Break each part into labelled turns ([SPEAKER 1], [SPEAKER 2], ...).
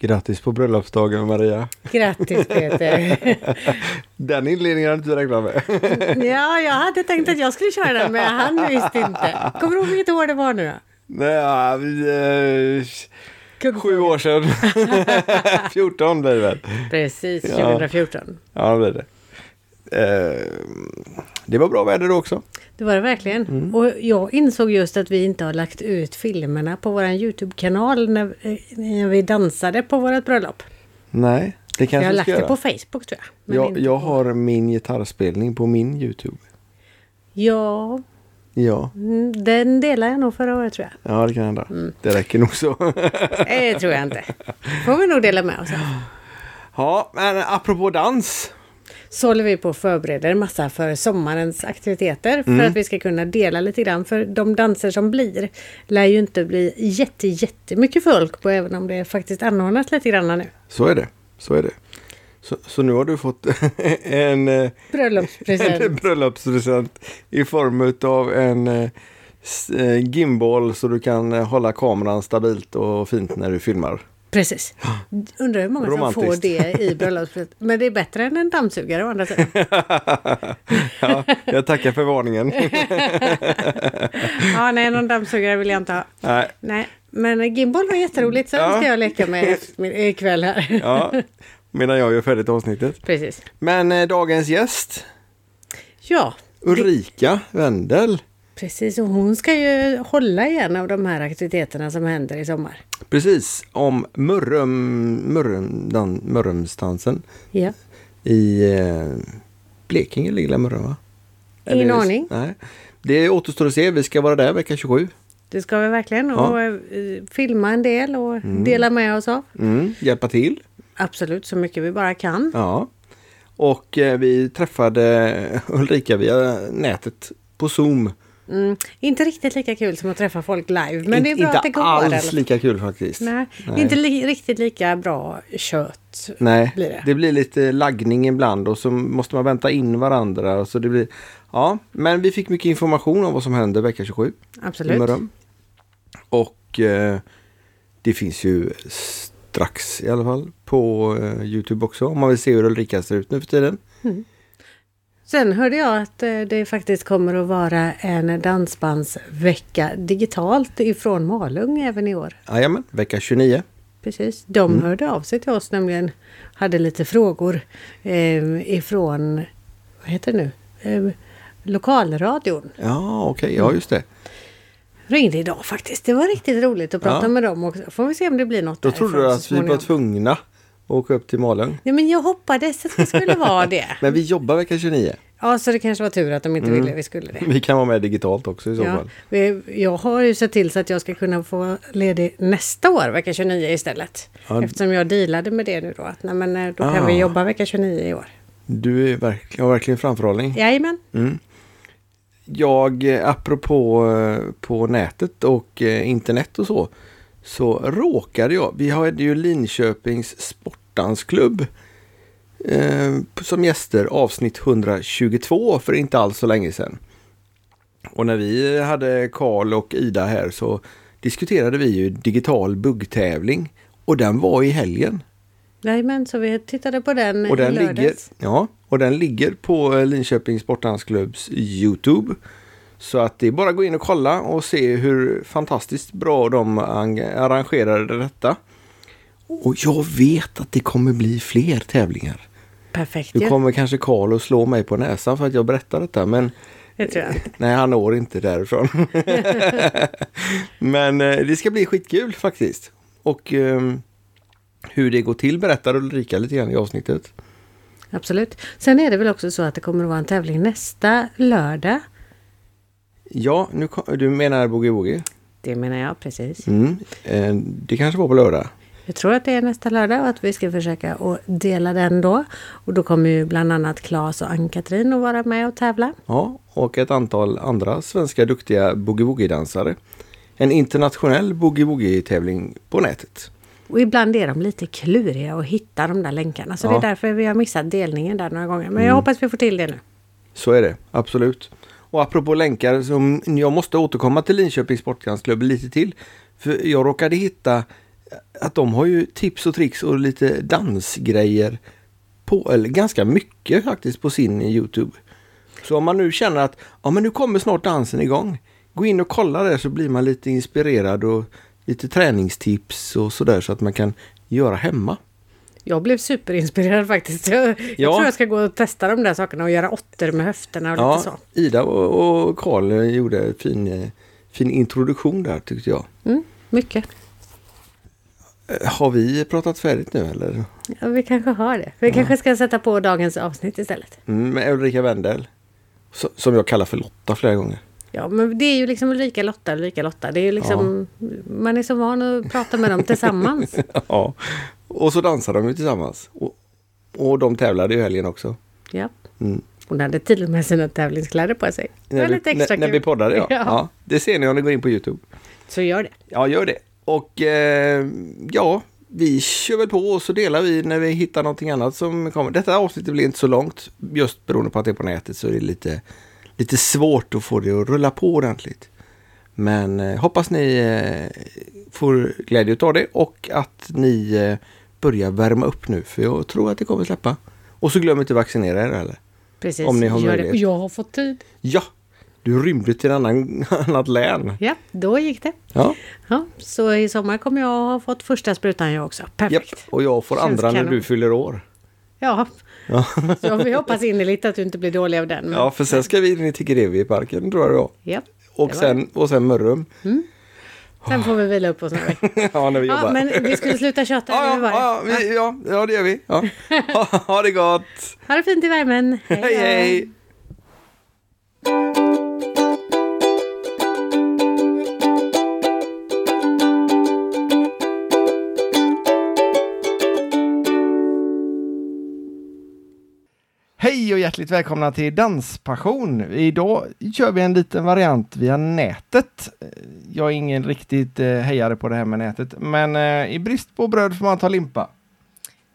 [SPEAKER 1] Grattis på bröllopsdagen Maria.
[SPEAKER 2] Grattis Peter.
[SPEAKER 1] Den inledningen hade du inte räknat med.
[SPEAKER 2] ja, jag hade tänkt att jag skulle köra den, men han visste inte. Kommer du ihåg vilket år det var nu då?
[SPEAKER 1] Nej, ja, vi, eh, sju
[SPEAKER 2] Kungfrågan.
[SPEAKER 1] år sedan. 14 blir det väl.
[SPEAKER 2] Precis,
[SPEAKER 1] Ja.
[SPEAKER 2] 2014.
[SPEAKER 1] Ja, det blir det. Eh, det var bra väder då också.
[SPEAKER 2] Det var det verkligen. Och jag insåg just att vi inte har lagt ut filmerna på vår YouTube-kanal när, eh, när vi dansade på vårt bröllop.
[SPEAKER 1] Nej, det
[SPEAKER 2] Jag
[SPEAKER 1] kanske
[SPEAKER 2] har
[SPEAKER 1] vi
[SPEAKER 2] lagt
[SPEAKER 1] ska
[SPEAKER 2] det
[SPEAKER 1] göra.
[SPEAKER 2] på Facebook tror jag. men
[SPEAKER 1] jag,
[SPEAKER 2] inte
[SPEAKER 1] jag
[SPEAKER 2] på-
[SPEAKER 1] har min gitarrspelning på min Youtube.
[SPEAKER 2] Ja,
[SPEAKER 1] Ja,
[SPEAKER 2] mm, den delade jag nog förra året tror jag.
[SPEAKER 1] ja det kan hända.
[SPEAKER 2] Mm.
[SPEAKER 1] Det räcker nog så.
[SPEAKER 2] Nej, det tror jag inte. får vi nog dela med oss av.
[SPEAKER 1] ja, men apropå dans.
[SPEAKER 2] så håller vi på och förbereder en massa för sommarens aktiviteter för
[SPEAKER 1] Mm.
[SPEAKER 2] att vi ska kunna dela lite grann. För de danser som blir lär ju inte bli jätte, jättemycket folk på även om det faktiskt anordnas lite grann nu.
[SPEAKER 1] Så är det. Så är det. Så, så nu har du fått en, eh, en
[SPEAKER 2] Bröllopspresent.
[SPEAKER 1] bröllopspresent i form av en eh, s- eh, gimbal så du kan eh, hålla kameran stabilt och fint när du filmar.
[SPEAKER 2] Precis. Undrar hur många som får
[SPEAKER 1] Romantiskt.
[SPEAKER 2] det i bröllopspresent. Men det är bättre än en dammsugare å andra sidan.
[SPEAKER 1] Ja, jag tackar för varningen.
[SPEAKER 2] Ja, nej, någon dammsugare vill jag inte ha.
[SPEAKER 1] Nej,
[SPEAKER 2] Nej, men gimbal var jätteroligt så den
[SPEAKER 1] Ja.
[SPEAKER 2] ska jag leka med efter- ikväll här.
[SPEAKER 1] ja, medan jag gör färdigt avsnittet.
[SPEAKER 2] Precis.
[SPEAKER 1] Men eh, dagens gäst,
[SPEAKER 2] Ja,
[SPEAKER 1] Ulrika Wendel.
[SPEAKER 2] Precis, och hon ska ju hålla i en av de här aktiviteterna som händer i sommar.
[SPEAKER 1] Precis, om Mörrum, Mörrum, dan, Mörrumsdansen
[SPEAKER 2] Ja.
[SPEAKER 1] i eh, Blekinge ligger väl Mörrum va?
[SPEAKER 2] Ingen aning.
[SPEAKER 1] Nej. Det återstår att se, vi ska vara där vecka 27.
[SPEAKER 2] Det ska vi verkligen och eh, filma en del och dela med oss av.
[SPEAKER 1] Mm, hjälpa till.
[SPEAKER 2] Absolut, så mycket vi bara kan.
[SPEAKER 1] Ja. Och eh, vi träffade Ulrika via nätet på Zoom.
[SPEAKER 2] Mm. Inte riktigt lika kul som att träffa folk live, men
[SPEAKER 1] In-
[SPEAKER 2] det är bra
[SPEAKER 1] inte
[SPEAKER 2] att det går. i alla
[SPEAKER 1] alls
[SPEAKER 2] fall.
[SPEAKER 1] lika kul faktiskt.
[SPEAKER 2] Nej, Inte li- riktigt lika bra kött.
[SPEAKER 1] Nej,
[SPEAKER 2] blir
[SPEAKER 1] det.
[SPEAKER 2] det.
[SPEAKER 1] blir lite laggning ibland och så måste man vänta in varandra. Och så det blir, ja, men vi fick mycket information om vad som hände vecka 27 i
[SPEAKER 2] Absolut.
[SPEAKER 1] Mörrum. Och eh, det finns ju strax i alla fall på eh, Youtube också om man vill se hur Ulrika ser ut nu för tiden.
[SPEAKER 2] Sen hörde jag att eh, det faktiskt kommer att vara en dansbandsvecka digitalt ifrån Malung även i år.
[SPEAKER 1] Jajamän, vecka 29.
[SPEAKER 2] Precis. De
[SPEAKER 1] Mm.
[SPEAKER 2] hörde av sig till oss nämligen. Hade lite frågor eh, ifrån, vad heter det nu, eh, lokalradion.
[SPEAKER 1] Ja, okej,
[SPEAKER 2] Mm.
[SPEAKER 1] ja just det.
[SPEAKER 2] Ringde idag faktiskt. Det var riktigt roligt att prata
[SPEAKER 1] Ja.
[SPEAKER 2] med dem också. Får vi se om det blir något
[SPEAKER 1] Då
[SPEAKER 2] därifrån
[SPEAKER 1] trodde du
[SPEAKER 2] så
[SPEAKER 1] att vi var
[SPEAKER 2] småningom.
[SPEAKER 1] tvungna att åka upp till Malung.
[SPEAKER 2] Nej men jag hoppades att det skulle vara det.
[SPEAKER 1] Men vi jobbar vecka 29.
[SPEAKER 2] Ja så det kanske var tur att de inte ville vi skulle det.
[SPEAKER 1] Vi kan vara med digitalt också i Mm. så
[SPEAKER 2] Ja,
[SPEAKER 1] fall.
[SPEAKER 2] vi- jag har ju sett till så att jag ska kunna få vara ledig nästa år, vecka 29 istället.
[SPEAKER 1] Ja.
[SPEAKER 2] Eftersom jag dealade med det nu då, att nej, men, eh, då kan
[SPEAKER 1] Ah.
[SPEAKER 2] vi jobba vecka 29 i år.
[SPEAKER 1] Du är verkligen, har verkligen framförhållning.
[SPEAKER 2] Jajamän.
[SPEAKER 1] Jag, eh, apropå eh, på nätet och eh, internet och så, så råkade jag, vi hade ju Linköpings sportdansklubb eh, som gäster avsnitt 122 för inte alls så länge sedan. Och när vi hade Karl och Ida här så diskuterade vi ju digital buggtävling och den var i helgen.
[SPEAKER 2] Jajamän, så vi tittade på den
[SPEAKER 1] Och
[SPEAKER 2] i
[SPEAKER 1] den,
[SPEAKER 2] lördags.
[SPEAKER 1] ligger, ja, och den ligger på eh, Linköpings Sporthandelsklubbs Youtube. Så att det är bara att gå in och kolla och se hur fantastiskt bra de ang- arrangerade detta. Och jag vet att det kommer bli fler tävlingar.
[SPEAKER 2] Perfekt
[SPEAKER 1] Nu
[SPEAKER 2] ju.
[SPEAKER 1] kommer kanske Karl att slå mig på näsan för att jag berättar detta men
[SPEAKER 2] Det tror jag.
[SPEAKER 1] nej han når inte därifrån. men eh, det ska bli skitkul faktiskt. Och eh, hur det går till berättar Ulrika lite grann i avsnittet.
[SPEAKER 2] Absolut. Sen är det väl också så att det kommer att vara en tävling nästa lördag.
[SPEAKER 1] Ja, nu, ko- du menar Boogie Woogie?
[SPEAKER 2] Det menar jag precis.
[SPEAKER 1] Mm. Eh, det kanske var på lördag?
[SPEAKER 2] Jag tror att det är nästa lördag och att vi ska försöka att dela den då. Och då kommer ju bland annat Claes och Ann-Katrin att vara med och tävla.
[SPEAKER 1] Ja, och ett antal andra svenska duktiga Boogie Woogie-dansare. En internationell Boogie Woogie-tävling på nätet.
[SPEAKER 2] Och ibland är de lite kluriga att hitta de där länkarna. Så det
[SPEAKER 1] Ja. Mm.
[SPEAKER 2] är därför vi har missat delningen där några gånger. Men jag hoppas vi får till det nu.
[SPEAKER 1] Så är det, absolut. Och apropå länkar, så m- jag måste återkomma till Linköpings Sportgransklubb lite till. För jag råkade hitta att de har ju tips och tricks och lite dansgrejer. På, eller ganska mycket faktiskt på sin Youtube. Så om man nu känner att ja, men nu kommer snart dansen igång. Gå in och kolla där så blir man lite inspirerad och lite träningstips och sådär så att man kan göra hemma.
[SPEAKER 2] Jag blev superinspirerad faktiskt. Jag, jag tror jag ska gå och testa de där sakerna och göra åttor med höfterna och
[SPEAKER 1] Ja,
[SPEAKER 2] lite så.
[SPEAKER 1] Ida och och Karl gjorde en fin, eh, fin introduktion där tyckte jag.
[SPEAKER 2] Mm, mycket.
[SPEAKER 1] Eh, Har vi pratat färdigt nu eller?
[SPEAKER 2] Ja, vi kanske har det. Vi kanske ska sätta på dagens avsnitt istället.
[SPEAKER 1] Mm, med Ulrika Wendel. So- Som jag kallar för Lotta flera gånger.
[SPEAKER 2] Ja, men det är ju liksom Ulrika Lotta, Ulrika Lotta. Det är ju liksom, Man är så van att prata med dem tillsammans.
[SPEAKER 1] ja. Och så dansade de ju tillsammans. Och, och de tävlade ju i helgen också.
[SPEAKER 2] ja.
[SPEAKER 1] Mm.
[SPEAKER 2] Hon hade till och med sina tävlingskläder på sig. Det var
[SPEAKER 1] När,
[SPEAKER 2] lite
[SPEAKER 1] vi,
[SPEAKER 2] extra
[SPEAKER 1] när, när
[SPEAKER 2] kul.
[SPEAKER 1] vi poddade ja.
[SPEAKER 2] Ja.
[SPEAKER 1] Ja. Det ser ni om ni går in på Youtube.
[SPEAKER 2] Så gör det.
[SPEAKER 1] Ja, gör det. Och eh, ja, vi kör väl på och så delar vi när vi hittar någonting annat som kommer. Detta avsnittet blir inte så långt. Just beroende på att det är på nätet så är det lite, lite svårt att få det att rulla på ordentligt. Men eh, hoppas ni eh, får glädje av det och att ni eh, börjar värma upp nu. För jag tror att det kommer släppa. Och så glöm inte att vaccinera er heller.
[SPEAKER 2] Precis.
[SPEAKER 1] Om ni har
[SPEAKER 2] gör det.
[SPEAKER 1] möjlighet.
[SPEAKER 2] Jag har fått tid.
[SPEAKER 1] Ja, du rymde till en annan, annat län.
[SPEAKER 2] Ja, då gick det.
[SPEAKER 1] Ja.
[SPEAKER 2] Ja, så i sommar kommer jag ha fått första sprutan jag också.
[SPEAKER 1] Japp,
[SPEAKER 2] Perfekt.
[SPEAKER 1] och jag får
[SPEAKER 2] Känns
[SPEAKER 1] andra när
[SPEAKER 2] kanon.
[SPEAKER 1] du fyller år.
[SPEAKER 2] Ja,
[SPEAKER 1] Ja.
[SPEAKER 2] så vi hoppas innerligt att du inte blir dålig av den. men-
[SPEAKER 1] Ja, för sen ska vi in i Tigrevi-parken tror jag det var.
[SPEAKER 2] Ja,
[SPEAKER 1] Och
[SPEAKER 2] det var
[SPEAKER 1] sen, och sen Mörrum.
[SPEAKER 2] Sen får vi vila upp oss några veckor.
[SPEAKER 1] ja, när vi jobbar.
[SPEAKER 2] Ja, men vi skulle sluta tjata.
[SPEAKER 1] ja,
[SPEAKER 2] eller
[SPEAKER 1] ja,
[SPEAKER 2] hur var det?
[SPEAKER 1] ja, vi, ja, ja, det gör vi. Ja. Ha, ha det gott!
[SPEAKER 2] Ha det fint i värmen.
[SPEAKER 1] Hej,
[SPEAKER 2] då.
[SPEAKER 1] hej! Hej och hjärtligt välkomna till Danspassion. Idag kör vi en liten variant via nätet. Eh, Jag är ingen riktigt eh, hejare på det här med nätet, men eh, i brist på bröd får man ta limpa.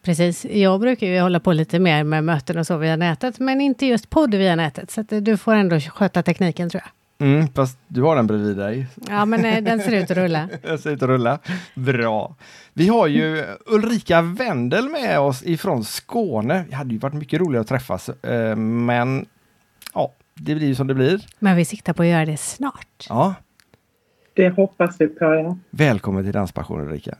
[SPEAKER 2] Precis. Jag brukar ju hålla på lite mer med möten och så via nätet, men inte just podd via nätet. Så att eh, du får ändå sköta tekniken tror jag.
[SPEAKER 1] Mm, fast du har den bredvid dig.
[SPEAKER 2] Ja, men eh, den ser ut att rulla.
[SPEAKER 1] Jag ser ut att rulla. Bra. Vi har ju Ulrika Wendel med oss ifrån Skåne. Det hade ju varit mycket roligare att träffas, eh, men ja, det blir ju som det blir.
[SPEAKER 2] Men vi siktar på att göra det snart.
[SPEAKER 1] Ja,
[SPEAKER 3] Det hoppas vi på, ja.
[SPEAKER 1] välkommen till Danspassion Ulrika.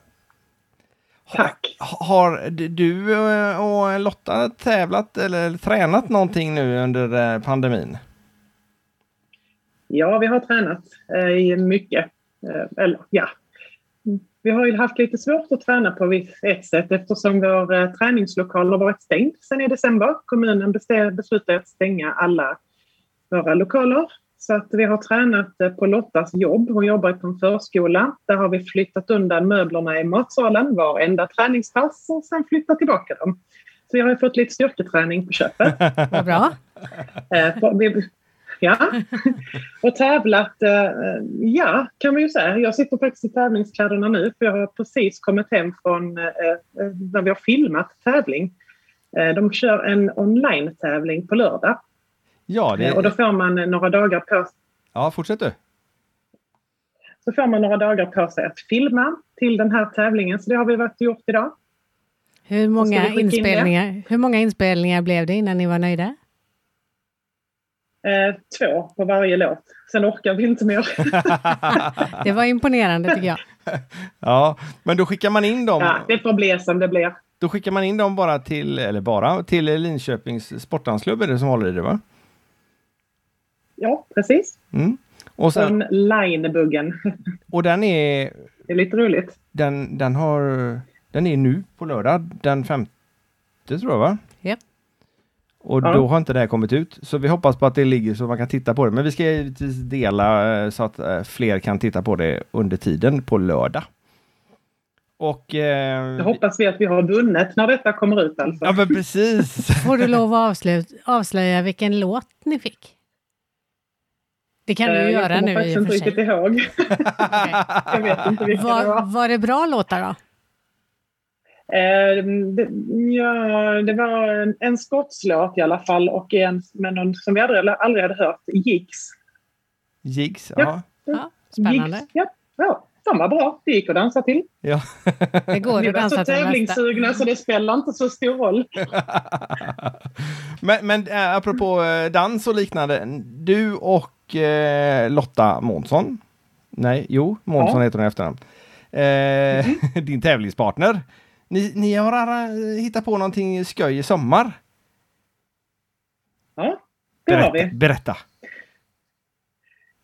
[SPEAKER 3] Tack.
[SPEAKER 1] Ha- Har d- du eh, och Lotta tävlat eller tränat någonting nu under eh, pandemin?
[SPEAKER 3] Ja, vi har tränat eh, i mycket. Eh, eller ja, vi har ju haft lite svårt att träna på viss- ett sätt eftersom vår eh, träningslokal har varit stängd sedan i december. Kommunen beste- beslutade att stänga alla våra lokaler. Så att vi har tränat eh, på Lottas jobb. Hon jobbar på en förskola. Där har vi flyttat undan möblerna i matsalen varenda träningspass och sen flyttat tillbaka dem. Så jag har ju fått lite styrketräning på köpet.
[SPEAKER 2] Vad bra.
[SPEAKER 3] Eh, på- vi- Ja, och tävlat. eh, Ja, kan man ju säga. Jag sitter faktiskt i tävlingskläderna nu för jag har precis kommit hem från eh, eh, när vi har filmat tävling. Eh, De kör en online-tävling på lördag
[SPEAKER 1] Ja,
[SPEAKER 3] Eh, och då får man eh, några dagar på
[SPEAKER 1] ja fortsätt du.
[SPEAKER 3] så får man några dagar på sig att filma till den här tävlingen. Så det har vi varit och gjort idag.
[SPEAKER 2] Hur
[SPEAKER 3] Vad
[SPEAKER 2] många,
[SPEAKER 3] ska vi skicka in det?
[SPEAKER 2] inspelningar, hur många inspelningar blev det innan ni var nöjda?
[SPEAKER 3] Eh, Två på varje låt. Sen orkar vi inte mer.
[SPEAKER 2] Det var imponerande tycker jag.
[SPEAKER 1] Ja, men då skickar man in dem.
[SPEAKER 3] Ja, det får bli som det blir.
[SPEAKER 1] Då skickar man in dem bara till, eller bara, till Linköpings sportdansklubb är det som håller i det va?
[SPEAKER 3] Ja, precis.
[SPEAKER 1] Mm. Och, sen,
[SPEAKER 3] Online-buggen.
[SPEAKER 1] och den är,
[SPEAKER 3] Det är lite roligt.
[SPEAKER 1] den, den har, den är nu på lördag den femte tror jag va?
[SPEAKER 2] Japp.
[SPEAKER 1] Och
[SPEAKER 3] Ja.
[SPEAKER 1] då har inte det här kommit ut. Så vi hoppas på att det ligger så man kan titta på det. Men vi ska givetvis dela eh, så att eh, fler kan titta på det under tiden på lördag. Och...
[SPEAKER 3] Då
[SPEAKER 1] Eh,
[SPEAKER 3] hoppas vi att vi har vunnit när detta kommer ut alltså.
[SPEAKER 1] ja men precis!
[SPEAKER 2] Får du lov att avslut, avslöja vilken låt ni fick? Det kan du
[SPEAKER 3] Eh,
[SPEAKER 2] ju göra nu
[SPEAKER 3] Jag
[SPEAKER 2] i och
[SPEAKER 3] kommer
[SPEAKER 2] för
[SPEAKER 3] faktiskt
[SPEAKER 2] sig.
[SPEAKER 3] inte riktigt ihåg.
[SPEAKER 2] Okej.
[SPEAKER 3] Jag vet inte vilka det
[SPEAKER 2] Var,
[SPEAKER 3] var.
[SPEAKER 2] var det bra låtar då?
[SPEAKER 3] Eh, det, ja, det var en, en skottslåt i alla fall och en med någon som vi aldrig, aldrig hade hört, Jigs.
[SPEAKER 1] Jigs, ja.
[SPEAKER 3] Ja.
[SPEAKER 2] Ja, spännande.
[SPEAKER 3] Jigs, ja. ja. de var bra. Det gick att dansa till.
[SPEAKER 1] Ja.
[SPEAKER 4] Det går
[SPEAKER 3] Vi
[SPEAKER 4] att
[SPEAKER 3] var så
[SPEAKER 4] dansa till den mesta.
[SPEAKER 3] tävlingssugna så det spelar inte så stor roll.
[SPEAKER 1] men, men eh, apropå eh, dans och liknande, du och eh, Lotta Månsson, nej, jo, Månsson
[SPEAKER 3] Ja. Mhm.
[SPEAKER 1] heter hon i efternamn, eh, din tävlingspartner. Ni, ni har arra- hittat på någonting skoj i sommar.
[SPEAKER 3] Ja, det har
[SPEAKER 1] Berätta.
[SPEAKER 3] vi.
[SPEAKER 1] berätta.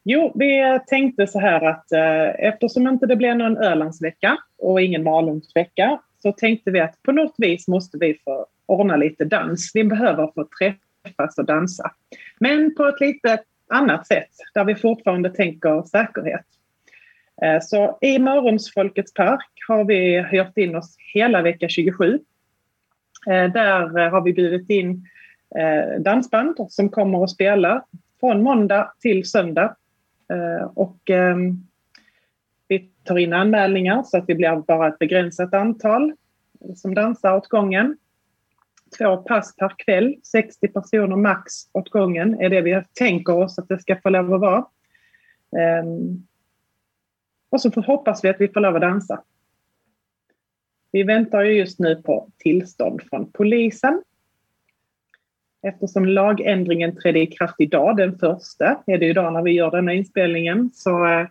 [SPEAKER 3] Jo, vi tänkte så här att eh, eftersom inte det blev någon Ölandsvecka och ingen Malungsvecka så tänkte vi att på något vis måste vi få ordna lite dans. Vi behöver få träffas och dansa. Men på ett lite annat sätt där vi fortfarande tänker säkerhet. Eh, Så i Mörrums Folkets park har vi hyrt in oss hela vecka 27. Eh, Där eh, har vi bjudit in eh, dansband som kommer att spela från måndag till söndag. Eh, Och ehm, vi tar in anmälningar så att det blir bara ett begränsat antal som dansar åt gången. Två pass per kväll, 60 personer max åt gången är det vi tänker oss att det ska få lov att vara. Ehm, Och så får- hoppas vi att vi får lov att dansa. Vi väntar ju just nu på tillstånd från polisen. Eftersom lagändringen trädde i kraft idag, den första, är det ju idag när vi gör denna inspelningen, så eh,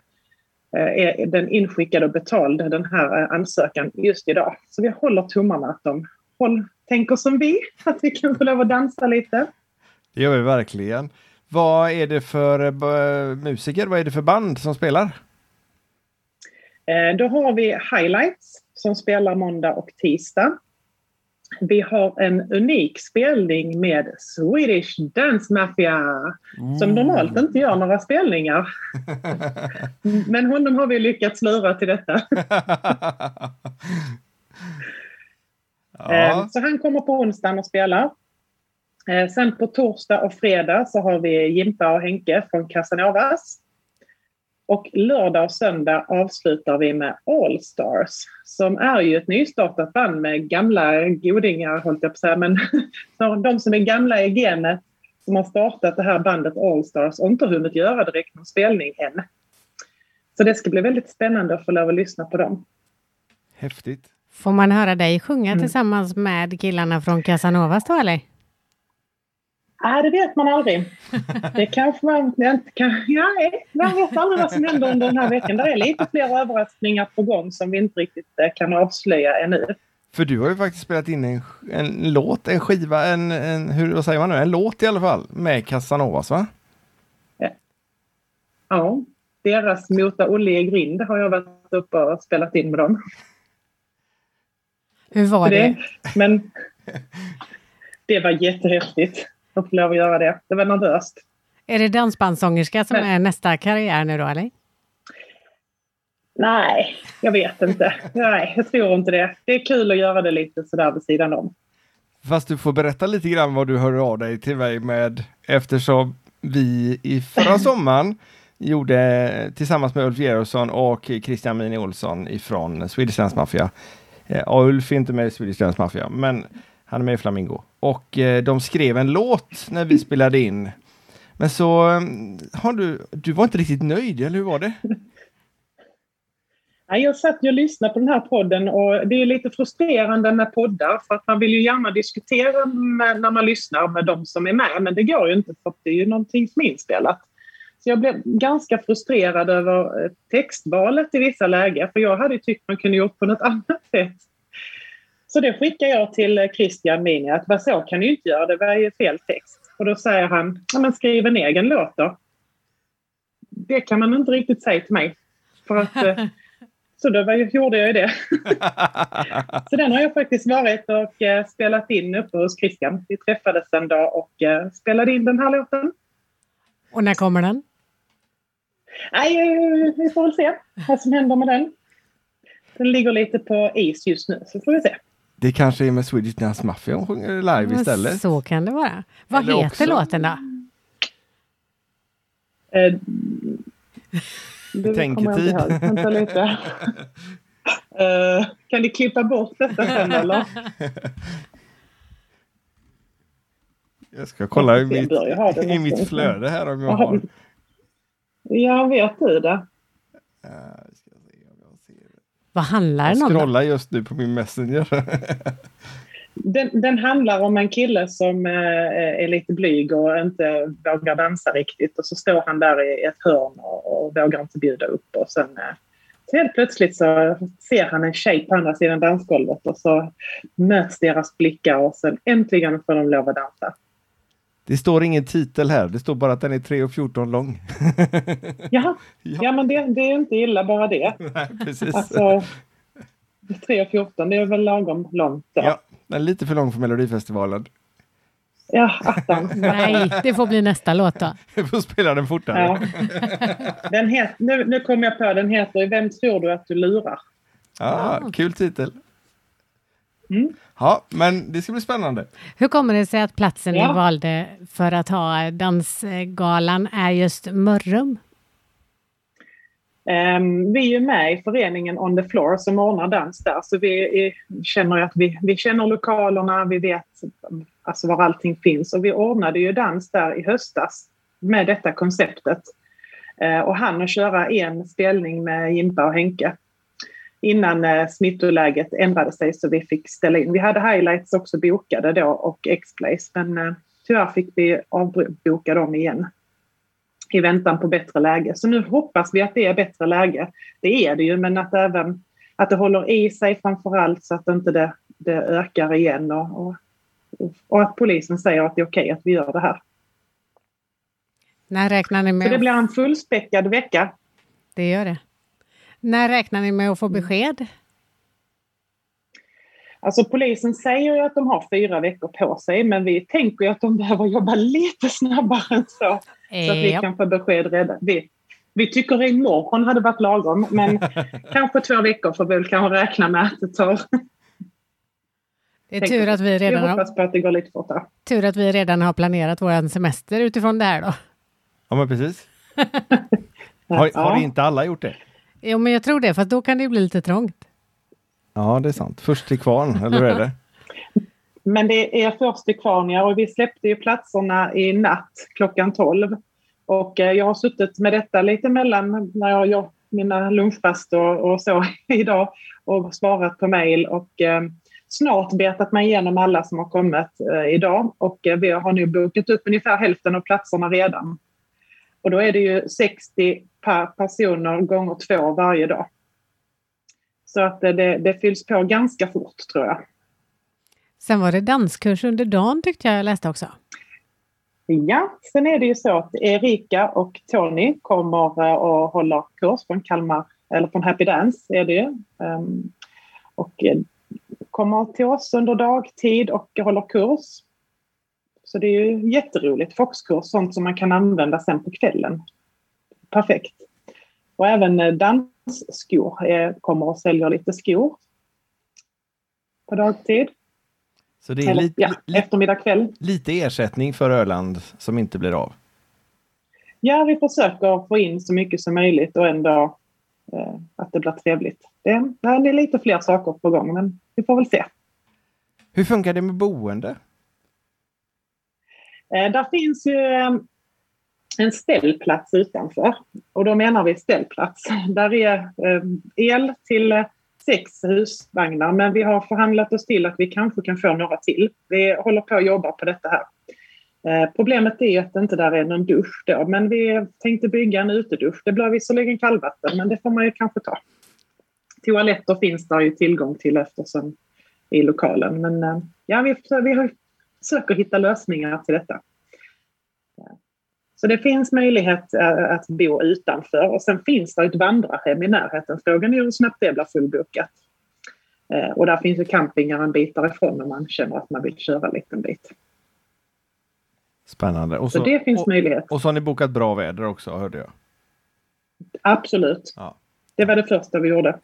[SPEAKER 3] är den inskickad och betald, den här eh, ansökan, just idag. Så vi håller tummarna att de håll, tänker som vi, att vi kan få lov att dansa lite.
[SPEAKER 1] Det gör vi verkligen. Vad är det för eh, b- musiker, vad är det för band som spelar?
[SPEAKER 3] Eh, Då har vi Highlights som spelar måndag och tisdag. Vi har en unik spelning med Swedish Dance Mafia. som normalt inte gör några spelningar. Men honom har vi lyckats lura till detta. Eh,
[SPEAKER 1] ja.
[SPEAKER 3] Så han kommer på onsdagen och spelar. Eh, Sen på torsdag och fredag så har vi Jimpa och Henke från Casanovas. Och lördag och söndag avslutar vi med All Stars som är ju ett nystartat band med gamla godingar, höll jag på att säga, men så de som är gamla i genet som har startat det här bandet All Stars och inte hunnit göra direkt någon spelning än. Så det ska bli väldigt spännande att få lov att lyssna på dem.
[SPEAKER 1] Häftigt.
[SPEAKER 4] Får man höra dig sjunga
[SPEAKER 3] Mm.
[SPEAKER 4] tillsammans med killarna från Casanovas då eller?
[SPEAKER 3] Nej, det vet man aldrig. Det kanske man jag inte kan... Ja, nej, man vet aldrig vad som händer under den här veckan. Det är lite fler överraskningar på gång som vi inte riktigt eh, kan avslöja ännu.
[SPEAKER 1] För du har ju faktiskt spelat in en, sk- en låt, en skiva, en, en hur, vad säger man nu, en låt i alla fall med Casanovas va?
[SPEAKER 3] Ja, deras Mota Olle i grind har jag varit uppe och spelat in med dem.
[SPEAKER 4] Hur var det?
[SPEAKER 3] Det, men det var jättehäftigt att få lov att göra det. Det var nervöst.
[SPEAKER 4] Är det dansbandssångerska som
[SPEAKER 3] Men-
[SPEAKER 4] är nästa karriär nu då eller?
[SPEAKER 3] Nej, jag vet inte. Nej, jag tror inte det. Det är kul att göra det lite sådär vid sidan om.
[SPEAKER 1] Fast du får berätta lite grann vad du hörde av dig till mig med eftersom vi i förra sommaren gjorde tillsammans med Ulf Gerhardsson och Christian Mini Olsson ifrån Swedish Dance Mafia. Eh, och Ulf är inte med i Swedish Dance Mafia, men han är med i Flamingo. Och eh, de skrev en låt när vi spelade in. Men så mm, har du, du var inte riktigt nöjd, eller hur var det?
[SPEAKER 3] Nej, Jag satt ju och lyssnade på den här podden och det är lite frustrerande med poddar för att man vill ju gärna diskutera med, när man lyssnar med de som är med men det går ju inte för att det är ju någonting som är inspelat. Så jag blev ganska frustrerad över eh, textvalet i vissa lägen för jag hade ju tyckt man kunde gjort på något annat sätt. Så det skickar jag till eh, Christian Mini att vad så kan du inte göra, det var ju fel text. Och då säger han, ja men skriv en egen låt då. Det kan man inte riktigt säga till mig. För att eh, så då var- gjorde jag ju det. Så den har jag faktiskt varit och eh, spelat in uppe hos Christian. Vi träffades en dag och eh, spelade in den här låten.
[SPEAKER 4] Och när kommer den?
[SPEAKER 3] Nej, eh, vi får väl se vad som händer med den. Den ligger lite på is just nu, så får vi se.
[SPEAKER 1] Det kanske är med Swedish Dance Mafia hon sjunger live istället.
[SPEAKER 4] Så kan det vara. Vad
[SPEAKER 1] Eller
[SPEAKER 4] heter
[SPEAKER 1] också-
[SPEAKER 4] låten då?
[SPEAKER 3] Eh, det kommer jag
[SPEAKER 1] Betänketid.
[SPEAKER 3] inte ihåg. Vänta lite. Eh, kan ni klippa bort detta sen eller?
[SPEAKER 1] Jag ska kolla i
[SPEAKER 3] Jag
[SPEAKER 1] mitt,
[SPEAKER 3] börjar ha den
[SPEAKER 1] i mitt
[SPEAKER 3] någonstans.
[SPEAKER 1] flöde här om jag
[SPEAKER 3] Ja,
[SPEAKER 1] har.
[SPEAKER 3] Jag vet du det.
[SPEAKER 1] Eh, ska se om jag
[SPEAKER 4] Vad handlar
[SPEAKER 1] Jag
[SPEAKER 4] den om? då?
[SPEAKER 1] scrollar just nu på min Messenger.
[SPEAKER 3] Den, den handlar om en kille som eh, är lite blyg och inte vågar dansa riktigt. Och så står han där i ett hörn och, och vågar inte bjuda upp. Och sen eh, så helt plötsligt så ser han en tjej på andra sidan dansgolvet och så möts deras blickar och sen äntligen får de lov att dansa.
[SPEAKER 1] det står ingen titel här, det står bara att den är 3.14 lång.
[SPEAKER 3] Jaha,
[SPEAKER 1] Ja.
[SPEAKER 3] ja men det, det är ju inte illa bara det.
[SPEAKER 1] Nej, precis.
[SPEAKER 3] Alltså, 3.14, det är väl lagom långt då. Ja,
[SPEAKER 1] Ja, den är lite för lång för Melodifestivalen.
[SPEAKER 3] attan.
[SPEAKER 4] Nej, det får bli nästa låt då.
[SPEAKER 1] Vi får spela den fortare.
[SPEAKER 3] Ja. Den het, nu, nu kom jag på, den heter Vem tror du att du lurar?
[SPEAKER 1] Ja,
[SPEAKER 4] Ja.
[SPEAKER 1] Kul titel.
[SPEAKER 3] Mm.
[SPEAKER 1] Ja, men det ska bli spännande.
[SPEAKER 4] Hur kommer det sig att platsen
[SPEAKER 3] Ja.
[SPEAKER 4] ni valde för att ha dansgalan är just Mörrum?
[SPEAKER 3] Ehm, vi är ju med i föreningen On the Floor som ordnar dans där så vi är, känner ju att vi, vi känner lokalerna, vi vet alltså var allting finns och vi ordnade ju dans där i höstas med detta konceptet. Eh, och hann att köra en spelning med Jimpa och Henke innan eh, smittoläget ändrade sig så vi fick ställa in. Vi hade highlights också bokade då och X-plays men eh, tyvärr fick vi avboka dem igen i väntan på bättre läge. Så nu hoppas vi att det är bättre läge. Det är det ju, men att även att det håller i sig framför allt så att inte det, det ökar igen och, och, och att polisen säger att det är okej att vi gör det här.
[SPEAKER 4] När räknar ni med
[SPEAKER 3] Så det
[SPEAKER 4] att-
[SPEAKER 3] blir en fullspäckad vecka.
[SPEAKER 4] Det gör det. När räknar ni med att få
[SPEAKER 3] Mm.
[SPEAKER 4] besked?
[SPEAKER 3] Alltså polisen säger ju att de har fyra veckor på sig men vi tänker ju att de behöver jobba lite snabbare än så. Så att vi
[SPEAKER 4] Eh, Ja.
[SPEAKER 3] kan få besked redan. Vi, vi tycker imorgon hade varit lagom men kanske två veckor får vi väl kanske räkna med att det tar.
[SPEAKER 4] Det är tur att, vi
[SPEAKER 3] Vi
[SPEAKER 4] redan har,
[SPEAKER 3] hoppas på att det går lite fortare.
[SPEAKER 4] tur att vi redan har planerat vår semester utifrån det här då.
[SPEAKER 1] Ja, men precis. Har, har inte alla gjort det?
[SPEAKER 4] Jo, men jag tror det, för då kan det ju bli lite trångt.
[SPEAKER 1] Ja, det är sant. Först till kvarn, eller hur är det?
[SPEAKER 3] Men det är först till Kvarnia och vi släppte ju platserna i natt klockan 12. Och eh, jag har suttit med detta lite mellan när jag gör mina lunchraster och, och så idag och svarat på mejl och eh, snart betat mig igenom alla som har kommit eh, idag och eh, vi har nu bokat upp ungefär hälften av platserna redan. Och då är det ju 60 per personer gånger två varje dag. Så att eh, det, det fylls på ganska fort tror jag.
[SPEAKER 4] Sen var det danskurs under dagen tyckte jag jag läste också.
[SPEAKER 3] Ja, sen är det ju så att Erika och Tony kommer eh, och håller kurs från Kalmar, eller från Happy Dance är det ju. Ehm, Och eh, kommer till oss under dagtid och håller kurs. Så det är ju jätteroligt. Foxkurs, sånt som man kan använda sen på kvällen. Perfekt. Och även eh, dansskor eh, kommer och säljer lite skor på dagtid.
[SPEAKER 1] Så det är
[SPEAKER 3] Eller,
[SPEAKER 1] lite,
[SPEAKER 3] ja,
[SPEAKER 1] li,
[SPEAKER 3] eftermiddag, kväll.
[SPEAKER 1] lite ersättning för Öland som inte blir av.
[SPEAKER 3] Ja, vi försöker få in så mycket som möjligt och ändå eh, att det blir trevligt. Det, nej, det är lite fler saker på gång, men vi får väl se.
[SPEAKER 1] Hur funkar det med boende?
[SPEAKER 3] Eh, där finns ju eh, en ställplats utanför och då menar vi ställplats. Där är eh, el till eh, sex husvagnar, men vi har förhandlat oss till att vi kanske kan få några till. Vi håller på att jobba på detta här. Eh, Problemet är att det inte där är någon dusch då, men vi tänkte bygga en utedusch. Det blir visserligen kallvatten, men det får man ju kanske ta. Toaletter finns där ju tillgång till eftersom i lokalen, men eh, ja, vi, vi har söker hitta lösningar till detta. Så det finns möjlighet eh, att bo utanför och sen finns det ett vandrarhem i närheten. Frågan är hur snabbt det blir fullbokat. Eh, Och där finns ju campingar en bit därifrån om man känner att man vill köra en liten bit.
[SPEAKER 1] Spännande. Och
[SPEAKER 3] Så,
[SPEAKER 1] så,
[SPEAKER 3] det finns
[SPEAKER 1] och,
[SPEAKER 3] möjlighet,
[SPEAKER 1] och så har ni bokat bra väder också, hörde jag.
[SPEAKER 3] absolut.
[SPEAKER 1] Ja.
[SPEAKER 3] Det var det första vi gjorde.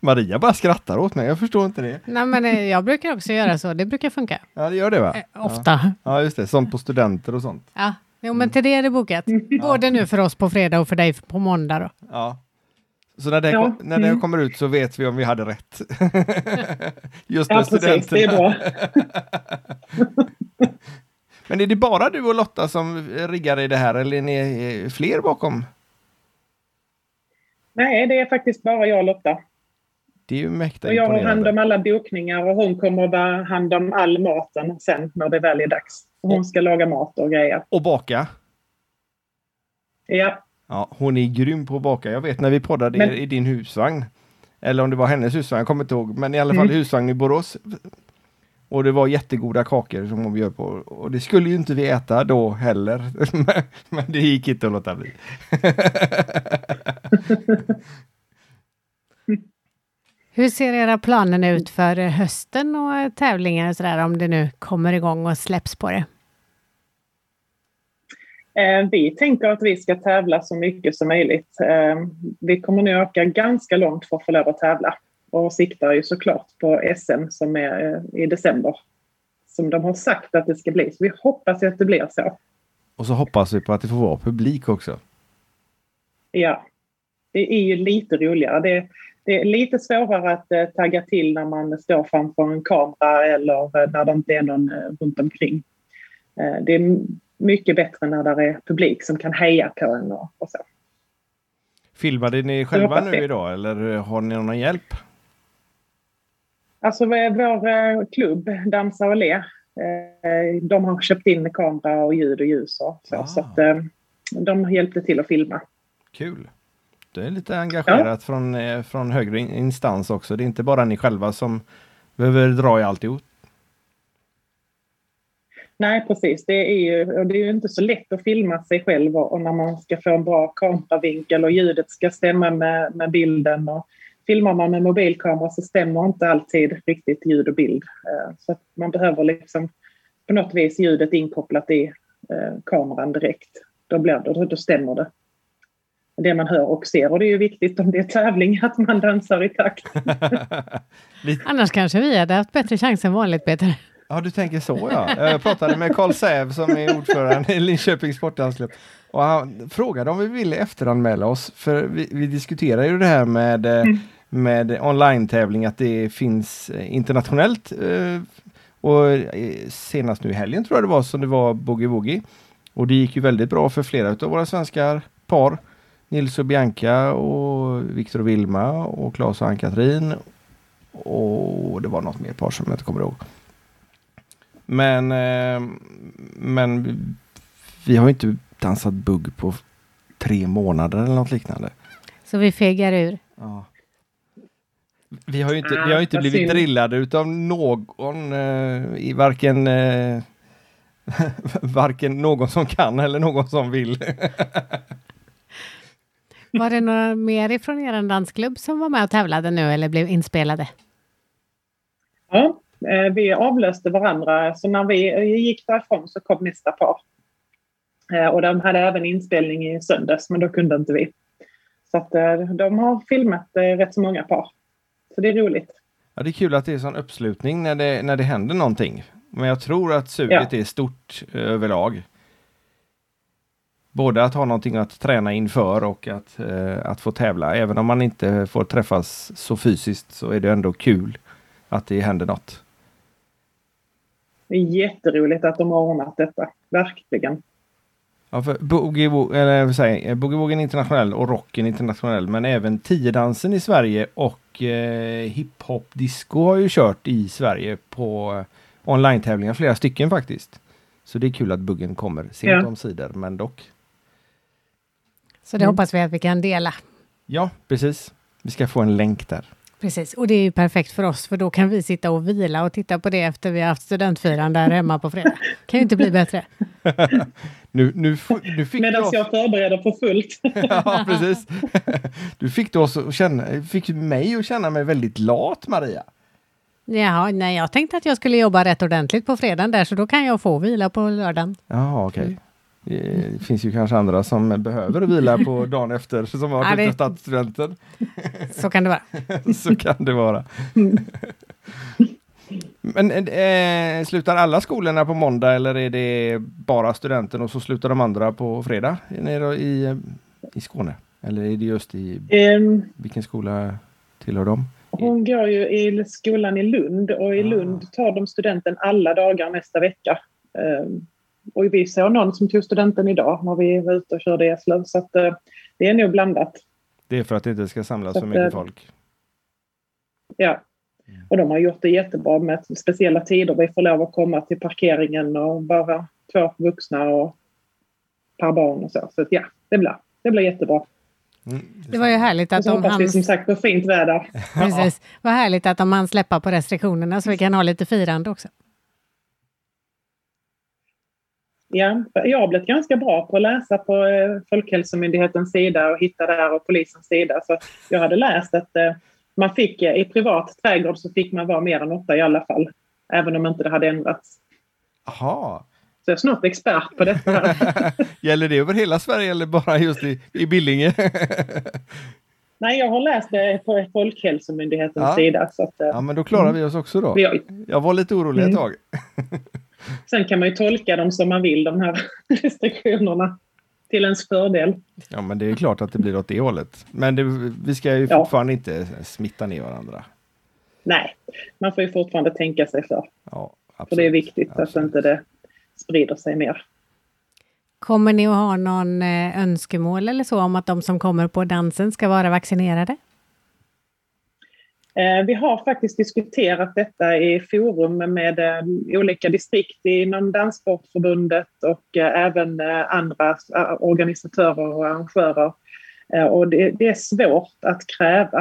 [SPEAKER 1] Maria bara skrattar åt mig, jag förstår inte det.
[SPEAKER 4] Nej, men eh, jag brukar också göra så. Det brukar funka.
[SPEAKER 1] Ja, det gör det va?
[SPEAKER 4] Eh, Ofta.
[SPEAKER 1] Ja, just det. Sånt på studenter och sånt.
[SPEAKER 4] Ja. Jo,
[SPEAKER 3] Mm.
[SPEAKER 4] men till det är det bokat. Både nu för oss på fredag och för dig på måndag då.
[SPEAKER 1] Ja. Så när det,
[SPEAKER 3] Ja,
[SPEAKER 1] kom, när det
[SPEAKER 3] mm.
[SPEAKER 1] kommer ut så vet vi om vi hade rätt. Just
[SPEAKER 3] Ja,
[SPEAKER 1] med
[SPEAKER 3] precis. Det är
[SPEAKER 1] studenterna.
[SPEAKER 3] bra.
[SPEAKER 1] Men är det bara du och Lotta som riggar i det här eller är ni eh, fler bakom?
[SPEAKER 3] Nej, det är faktiskt bara jag och Lotta.
[SPEAKER 1] Det är ju mäkta
[SPEAKER 3] Och jag har hand
[SPEAKER 1] imponerande.
[SPEAKER 3] om alla bokningar och hon kommer att ha hand om all maten sen när det väl är dags. Och Hon ska laga mat och grejer.
[SPEAKER 1] Och baka.
[SPEAKER 3] Ja,
[SPEAKER 1] Ja, hon är grym på att baka. Jag vet när vi poddade
[SPEAKER 3] Men-
[SPEAKER 1] i- i din husvagn. Eller om det var hennes husvagn, jag kommer inte ihåg. Men i alla fall
[SPEAKER 3] Mm.
[SPEAKER 1] husvagn i Borås. Och det var jättegoda kakor som hon bjöd på. Och det skulle ju inte vi äta då heller. Men- Men det gick inte att låta bli.
[SPEAKER 4] Hur ser era planer ut för eh, hösten och eh, tävlingar och sådär om det nu kommer igång och släpps på det?
[SPEAKER 3] Eh, Vi tänker att vi ska tävla så mycket som möjligt. Eh, Vi kommer nu öka ganska långt för att få lov att tävla och siktar ju såklart på SM som är eh, i december som de har sagt att det ska bli. Så vi hoppas ju att det blir så.
[SPEAKER 1] Och så hoppas vi på att det får vara publik också.
[SPEAKER 3] Ja, det är ju lite roligare. Det, det är lite svårare att eh, tagga till när man står framför en kamera eller eh, när det inte är någon eh, runt omkring. Eh, Det är m- mycket bättre när det är publik som kan heja på en och, och så.
[SPEAKER 1] Filmade ni själva
[SPEAKER 3] hoppas
[SPEAKER 1] nu
[SPEAKER 3] det.
[SPEAKER 1] idag eller har ni någon hjälp?
[SPEAKER 3] Alltså vår vår, eh, klubb, Dansa och Le, eh, de har köpt in kamera och ljud och ljus och så.
[SPEAKER 1] Ah.
[SPEAKER 3] Så att, eh, de hjälpte till att filma.
[SPEAKER 1] Kul! Det är lite engagerat från, eh, från högre in- instans också. Det är inte bara ni själva som behöver dra i alltihop.
[SPEAKER 3] Nej, precis. Det är ju, och det är ju inte så lätt att filma sig själv och, och när man ska få en bra kameravinkel och ljudet ska stämma med, med bilden. Och filmar man med mobilkamera så stämmer inte alltid riktigt ljud och bild. Eh, Så att man behöver liksom på något vis ljudet inkopplat i eh, kameran direkt. Då, blir det, då, då stämmer det. Det man hör och ser. Och det är ju viktigt om det är tävling att man dansar i takt.
[SPEAKER 4] Annars kanske vi hade haft bättre chans än vanligt Peter.
[SPEAKER 1] Ja, du tänker så ja. Jag pratade med Carl Säv som är ordförande i Linköpings sportdansklubb. Och han frågade om vi ville efteranmäla oss, för vi, vi diskuterar ju det här med, eh, med online-tävling, att det finns eh, internationellt. eh, Och eh, senast nu i helgen tror jag det var som det var Boogie Woogie. Och det gick ju väldigt bra för flera av våra svenskar par. Nils och Bianca och Viktor och Vilma och Claes och Ann-Katrin. Och det var något mer par som jag inte kommer ihåg. Men, eh, men vi- vi har ju inte dansat bugg på tre månader eller något liknande.
[SPEAKER 4] Så vi fegar ur.
[SPEAKER 1] Vi har ju inte,
[SPEAKER 3] Ah,
[SPEAKER 1] vi har ju inte
[SPEAKER 3] vad
[SPEAKER 1] blivit
[SPEAKER 3] synd.
[SPEAKER 1] drillade utav någon, eh, i varken, eh, varken någon som kan eller någon som vill.
[SPEAKER 4] Var det några mer ifrån er dansklubb som var med och tävlade nu eller blev inspelade?
[SPEAKER 3] Ja, eh, vi avlöste varandra så när vi eh, gick därifrån så kom nästa par. Eh, Och de hade även inspelning i söndags men då kunde inte vi. Så att eh, de har filmat eh, rätt så många par. Så det är roligt.
[SPEAKER 1] Ja, det är kul att det är sån uppslutning när det, när det händer någonting. Men jag tror att suget är stort eh, överlag. Både att ha någonting att träna inför och att, eh, att få tävla. Även om man inte får träffas så fysiskt så är det ändå kul att det händer något.
[SPEAKER 3] Det är jätteroligt att de har ordnat detta. Verkligen.
[SPEAKER 1] Ja, för Boogie Wo- eller vad säger jag, Boogie Woogie är internationell och rocken är internationell. Men även tiodansen i Sverige och eh, hiphop disco har ju kört i Sverige på eh, online-tävlingar, flera stycken faktiskt. Så det är kul att buggen kommer sent
[SPEAKER 3] Ja.
[SPEAKER 1] om sidor, men dock.
[SPEAKER 4] Så det
[SPEAKER 3] Mm.
[SPEAKER 4] hoppas vi att vi kan dela.
[SPEAKER 1] Ja, precis. Vi ska få en länk där.
[SPEAKER 4] Precis, och det är ju perfekt för oss för då kan vi sitta och vila och titta på det efter vi har haft studentfirande här hemma på fredag. Kan ju inte bli bättre.
[SPEAKER 1] Nu, nu, fu- nu fick du
[SPEAKER 3] Medan
[SPEAKER 1] oss...
[SPEAKER 3] jag förbereder för fullt.
[SPEAKER 1] ja, precis. Du fick, du oss att känna, fick mig att känna mig väldigt lat, Maria.
[SPEAKER 4] Jaha, nej jag tänkte att jag skulle jobba rätt ordentligt på fredagen där så då kan jag få vila på lördagen.
[SPEAKER 1] Ja, okej.
[SPEAKER 4] Mm.
[SPEAKER 1] Det finns ju kanske andra som behöver vila på dagen efter, som har
[SPEAKER 4] Ja,
[SPEAKER 1] varit
[SPEAKER 4] det-
[SPEAKER 1] ute och tagit studenten.
[SPEAKER 4] Så kan det vara.
[SPEAKER 1] Så kan det vara. Men eh, slutar alla skolorna på måndag eller är det bara studenten och så slutar de andra på fredag nere i, eh, i Skåne? Eller är det just i,
[SPEAKER 3] Ehm,
[SPEAKER 1] vilken skola tillhör de?
[SPEAKER 3] Hon går ju i skolan i Lund och i
[SPEAKER 1] Ah.
[SPEAKER 3] Lund tar de studenten alla dagar nästa vecka. Ehm, Och vi såg någon som tog studenten idag när vi var ute och körde i Eslöv. Så att eh, det är nog blandat.
[SPEAKER 1] Det är för att det inte ska samlas
[SPEAKER 3] Så
[SPEAKER 1] för
[SPEAKER 3] att,
[SPEAKER 1] mycket
[SPEAKER 3] eh,
[SPEAKER 1] folk.
[SPEAKER 3] Ja. Och de har gjort det jättebra med speciella tider. Vi får lov att komma till parkeringen och bara två vuxna och per barn och så. Så att, ja, det blir, det blir jättebra.
[SPEAKER 1] Mm,
[SPEAKER 4] Det var ju härligt
[SPEAKER 3] Och
[SPEAKER 4] att
[SPEAKER 3] så
[SPEAKER 4] de
[SPEAKER 3] hoppas vi
[SPEAKER 4] hann,
[SPEAKER 3] som sagt på fint väder.
[SPEAKER 4] precis, vad härligt att de hann släppa på restriktionerna så vi kan ha lite firande också.
[SPEAKER 3] Ja, jag har blivit ganska bra på att läsa på eh, Folkhälsomyndighetens sida och hitta där och polisens sida. Så jag hade läst att eh, man fick eh, i privat trädgård så fick man vara mer än åtta i alla fall. Även om inte det hade ändrats.
[SPEAKER 1] Jaha.
[SPEAKER 3] Så jag är snart expert på detta.
[SPEAKER 1] Gäller det över hela Sverige eller bara just i, i Billinge?
[SPEAKER 3] Nej, jag har läst det på Folkhälsomyndighetens
[SPEAKER 1] Ja.
[SPEAKER 3] sida. Så att, eh,
[SPEAKER 1] Ja, men då klarar vi oss också då.
[SPEAKER 3] vi har,
[SPEAKER 1] Jag var lite orolig ett
[SPEAKER 3] Mm.
[SPEAKER 1] tag.
[SPEAKER 3] sen kan man ju tolka dem som man vill, de här restriktionerna. Till ens fördel.
[SPEAKER 1] Ja, men det är klart att det blir åt det hållet. Men det, vi ska ju
[SPEAKER 3] Ja.
[SPEAKER 1] fortfarande inte smitta ner varandra.
[SPEAKER 3] Nej, man får ju fortfarande tänka sig för.
[SPEAKER 1] Ja, absolut.
[SPEAKER 3] För det är viktigt att
[SPEAKER 1] Absolut.
[SPEAKER 3] inte det sprider sig mer.
[SPEAKER 4] Kommer ni att ha någon eh, önskemål eller så om att de som kommer på dansen ska vara vaccinerade?
[SPEAKER 3] Eh, Vi har faktiskt diskuterat detta i forum med eh, olika distrikt inom Danssportförbundet och eh, även eh, andra eh, organisatörer och arrangörer. Eh, Och det, det är svårt att kräva.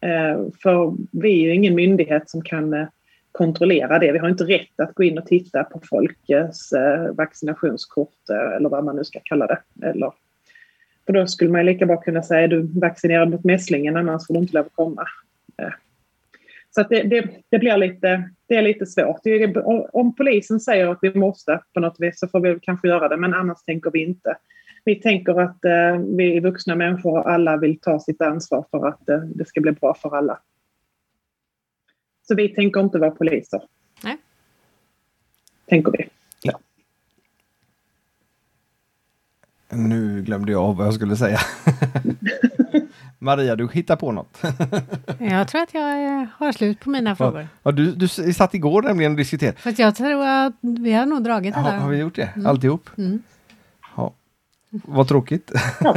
[SPEAKER 3] eh, För vi är ju ingen myndighet som kan eh, kontrollera det. Vi har inte rätt att gå in och titta på folkets eh, vaccinationskort eh, eller vad man nu ska kalla det. Eller, för då skulle man ju lika bra kunna säga är du vaccinerad mot mässlingen annars får du inte lov att komma. Så att det, det, det blir lite, det är lite svårt. Det, är- om- om polisen säger att vi måste på något vis så får vi kanske göra det, men annars tänker vi inte. Vi tänker att eh, vi är vuxna människor och alla vill ta sitt ansvar för att eh, det ska bli bra för alla. Så vi tänker inte vara poliser.
[SPEAKER 4] Nej.
[SPEAKER 3] Tänker vi.
[SPEAKER 1] Nu glömde jag vad jag skulle säga. Maria, du hittar på något.
[SPEAKER 4] Jag tror att jag eh, har slut på mina frågor.
[SPEAKER 1] Ja, du, du s- satt igår nämligen och diskuterade.
[SPEAKER 4] För att jag tror att vi har nog dragit
[SPEAKER 1] Har, har vi
[SPEAKER 4] alla.
[SPEAKER 1] gjort det? Alltihop?
[SPEAKER 4] Mm.
[SPEAKER 1] Ja. Vad tråkigt.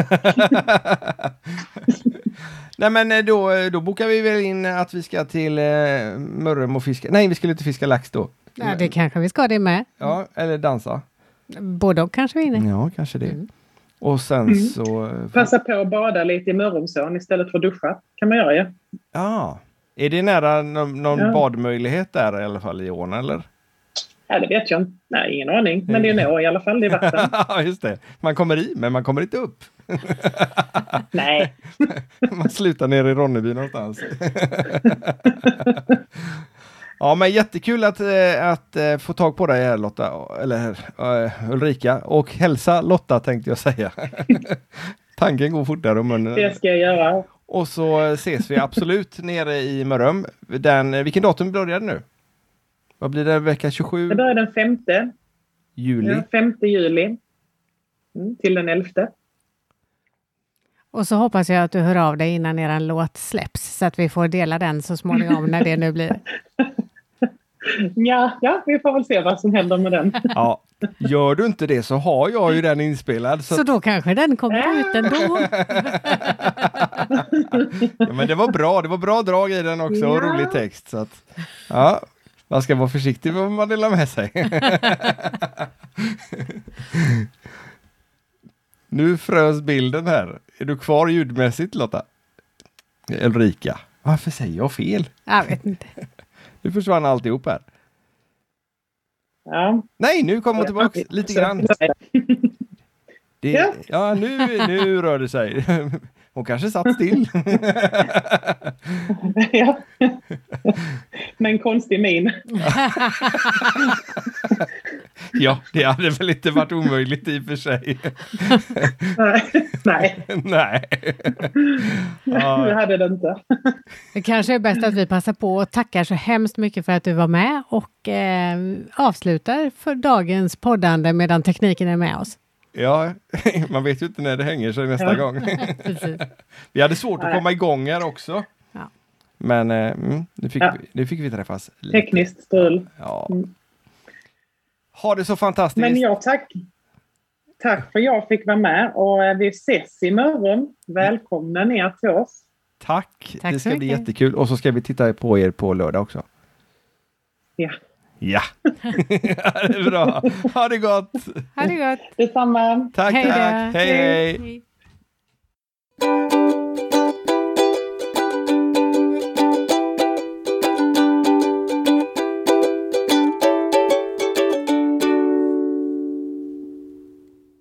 [SPEAKER 1] Nej men eh, då, eh, då bokar vi väl in att vi ska till eh, Mörrum och fiska. Nej, vi skulle inte fiska lax då.
[SPEAKER 4] Ja, det kanske vi ska det med.
[SPEAKER 3] Mm.
[SPEAKER 1] Ja, eller dansa.
[SPEAKER 4] Både och kanske vi är inne.
[SPEAKER 1] Ja, kanske det.
[SPEAKER 3] Mm.
[SPEAKER 1] Och sen så... eh,
[SPEAKER 3] Passa på att bada lite i Mörrumsån istället för att duscha. kan man göra ju.
[SPEAKER 1] Ja. Är det nära någon, någon
[SPEAKER 3] Ja.
[SPEAKER 1] badmöjlighet där i alla fall i ån eller?
[SPEAKER 3] Ja, det vet jag inte. Nej, ingen aning. Men det är nå i alla fall. Det är vatten.
[SPEAKER 1] Ja, just det. Man kommer i, men man kommer inte upp.
[SPEAKER 3] Nej,
[SPEAKER 1] Man slutar nere i Ronneby någonstans. ja, men jättekul att, eh, att eh, få tag på dig här Lotta, eller eh, Ulrika. Och hälsa Lotta tänkte jag säga. Tanken går fortare om munnen.
[SPEAKER 3] det ska jag göra.
[SPEAKER 1] Och så ses vi absolut nere i Mörrum. Den, eh, vilken datum börjar det nu? Vad blir det? Vecka
[SPEAKER 3] Det
[SPEAKER 1] 27
[SPEAKER 3] börjar den femte.
[SPEAKER 1] juli?
[SPEAKER 3] Den 5 juli mm, till den 11.
[SPEAKER 4] Och så hoppas jag att du hör av dig innan er låt släpps, så att vi får dela den så småningom när det nu blir.
[SPEAKER 3] Ja, ja, vi får väl se vad som händer med den.
[SPEAKER 1] Ja. Gör du inte det så har jag ju den inspelad. Så
[SPEAKER 4] Så då kanske den kommer ut ändå.
[SPEAKER 1] Ja, men det var bra, det var bra drag i den också och
[SPEAKER 3] Ja.
[SPEAKER 1] rolig text. Så att, ja, man ska vara försiktig med vad man delar med sig. nu frös bilden här. Är du kvar ljudmässigt Lotta? Ulrika. Varför säger jag fel?
[SPEAKER 4] Jag vet inte.
[SPEAKER 1] Nu försvann alltihop här.
[SPEAKER 3] Ja.
[SPEAKER 1] Nej, nu kom hon tillbaka lite grann. Det,
[SPEAKER 3] Ja.
[SPEAKER 1] ja, nu, nu rör det sig. Hon kanske satt still.
[SPEAKER 3] Ja. Med en konstig min.
[SPEAKER 1] Ja, det hade väl inte varit omöjligt i och för sig.
[SPEAKER 3] Nej,
[SPEAKER 1] Nej.
[SPEAKER 3] du hade det inte.
[SPEAKER 4] Det kanske är bäst att vi passar på och tackar så hemskt mycket för att du var med och eh, avslutar för dagens poddande medan tekniken är med oss.
[SPEAKER 1] Ja, man vet ju inte när det hänger sig nästa
[SPEAKER 3] Ja.
[SPEAKER 1] gång.
[SPEAKER 4] Precis.
[SPEAKER 1] Vi hade svårt att
[SPEAKER 3] Nej.
[SPEAKER 1] komma igång här också.
[SPEAKER 4] Ja.
[SPEAKER 1] Men eh, mm, nu, fick
[SPEAKER 3] Ja.
[SPEAKER 1] vi, nu fick vi träffas. lite.
[SPEAKER 3] Tekniskt strul.
[SPEAKER 1] Ja.
[SPEAKER 3] Mm.
[SPEAKER 1] Ha det så fantastiskt!
[SPEAKER 3] Men jag tack, Tack för jag fick vara med och eh, vi ses i Mörrum. Välkomna ner till oss.
[SPEAKER 1] Tack!
[SPEAKER 4] Tack
[SPEAKER 1] det
[SPEAKER 4] så
[SPEAKER 1] ska bli
[SPEAKER 4] mycket.
[SPEAKER 1] jättekul och så ska vi titta på er på lördag också.
[SPEAKER 3] Ja.
[SPEAKER 1] Ja! Ja, det är bra! Ha det gott!
[SPEAKER 4] Ha det gott!
[SPEAKER 3] Detsamma!
[SPEAKER 1] Tack,
[SPEAKER 4] Hej då.
[SPEAKER 1] tack! Hej, hej!
[SPEAKER 4] Hej.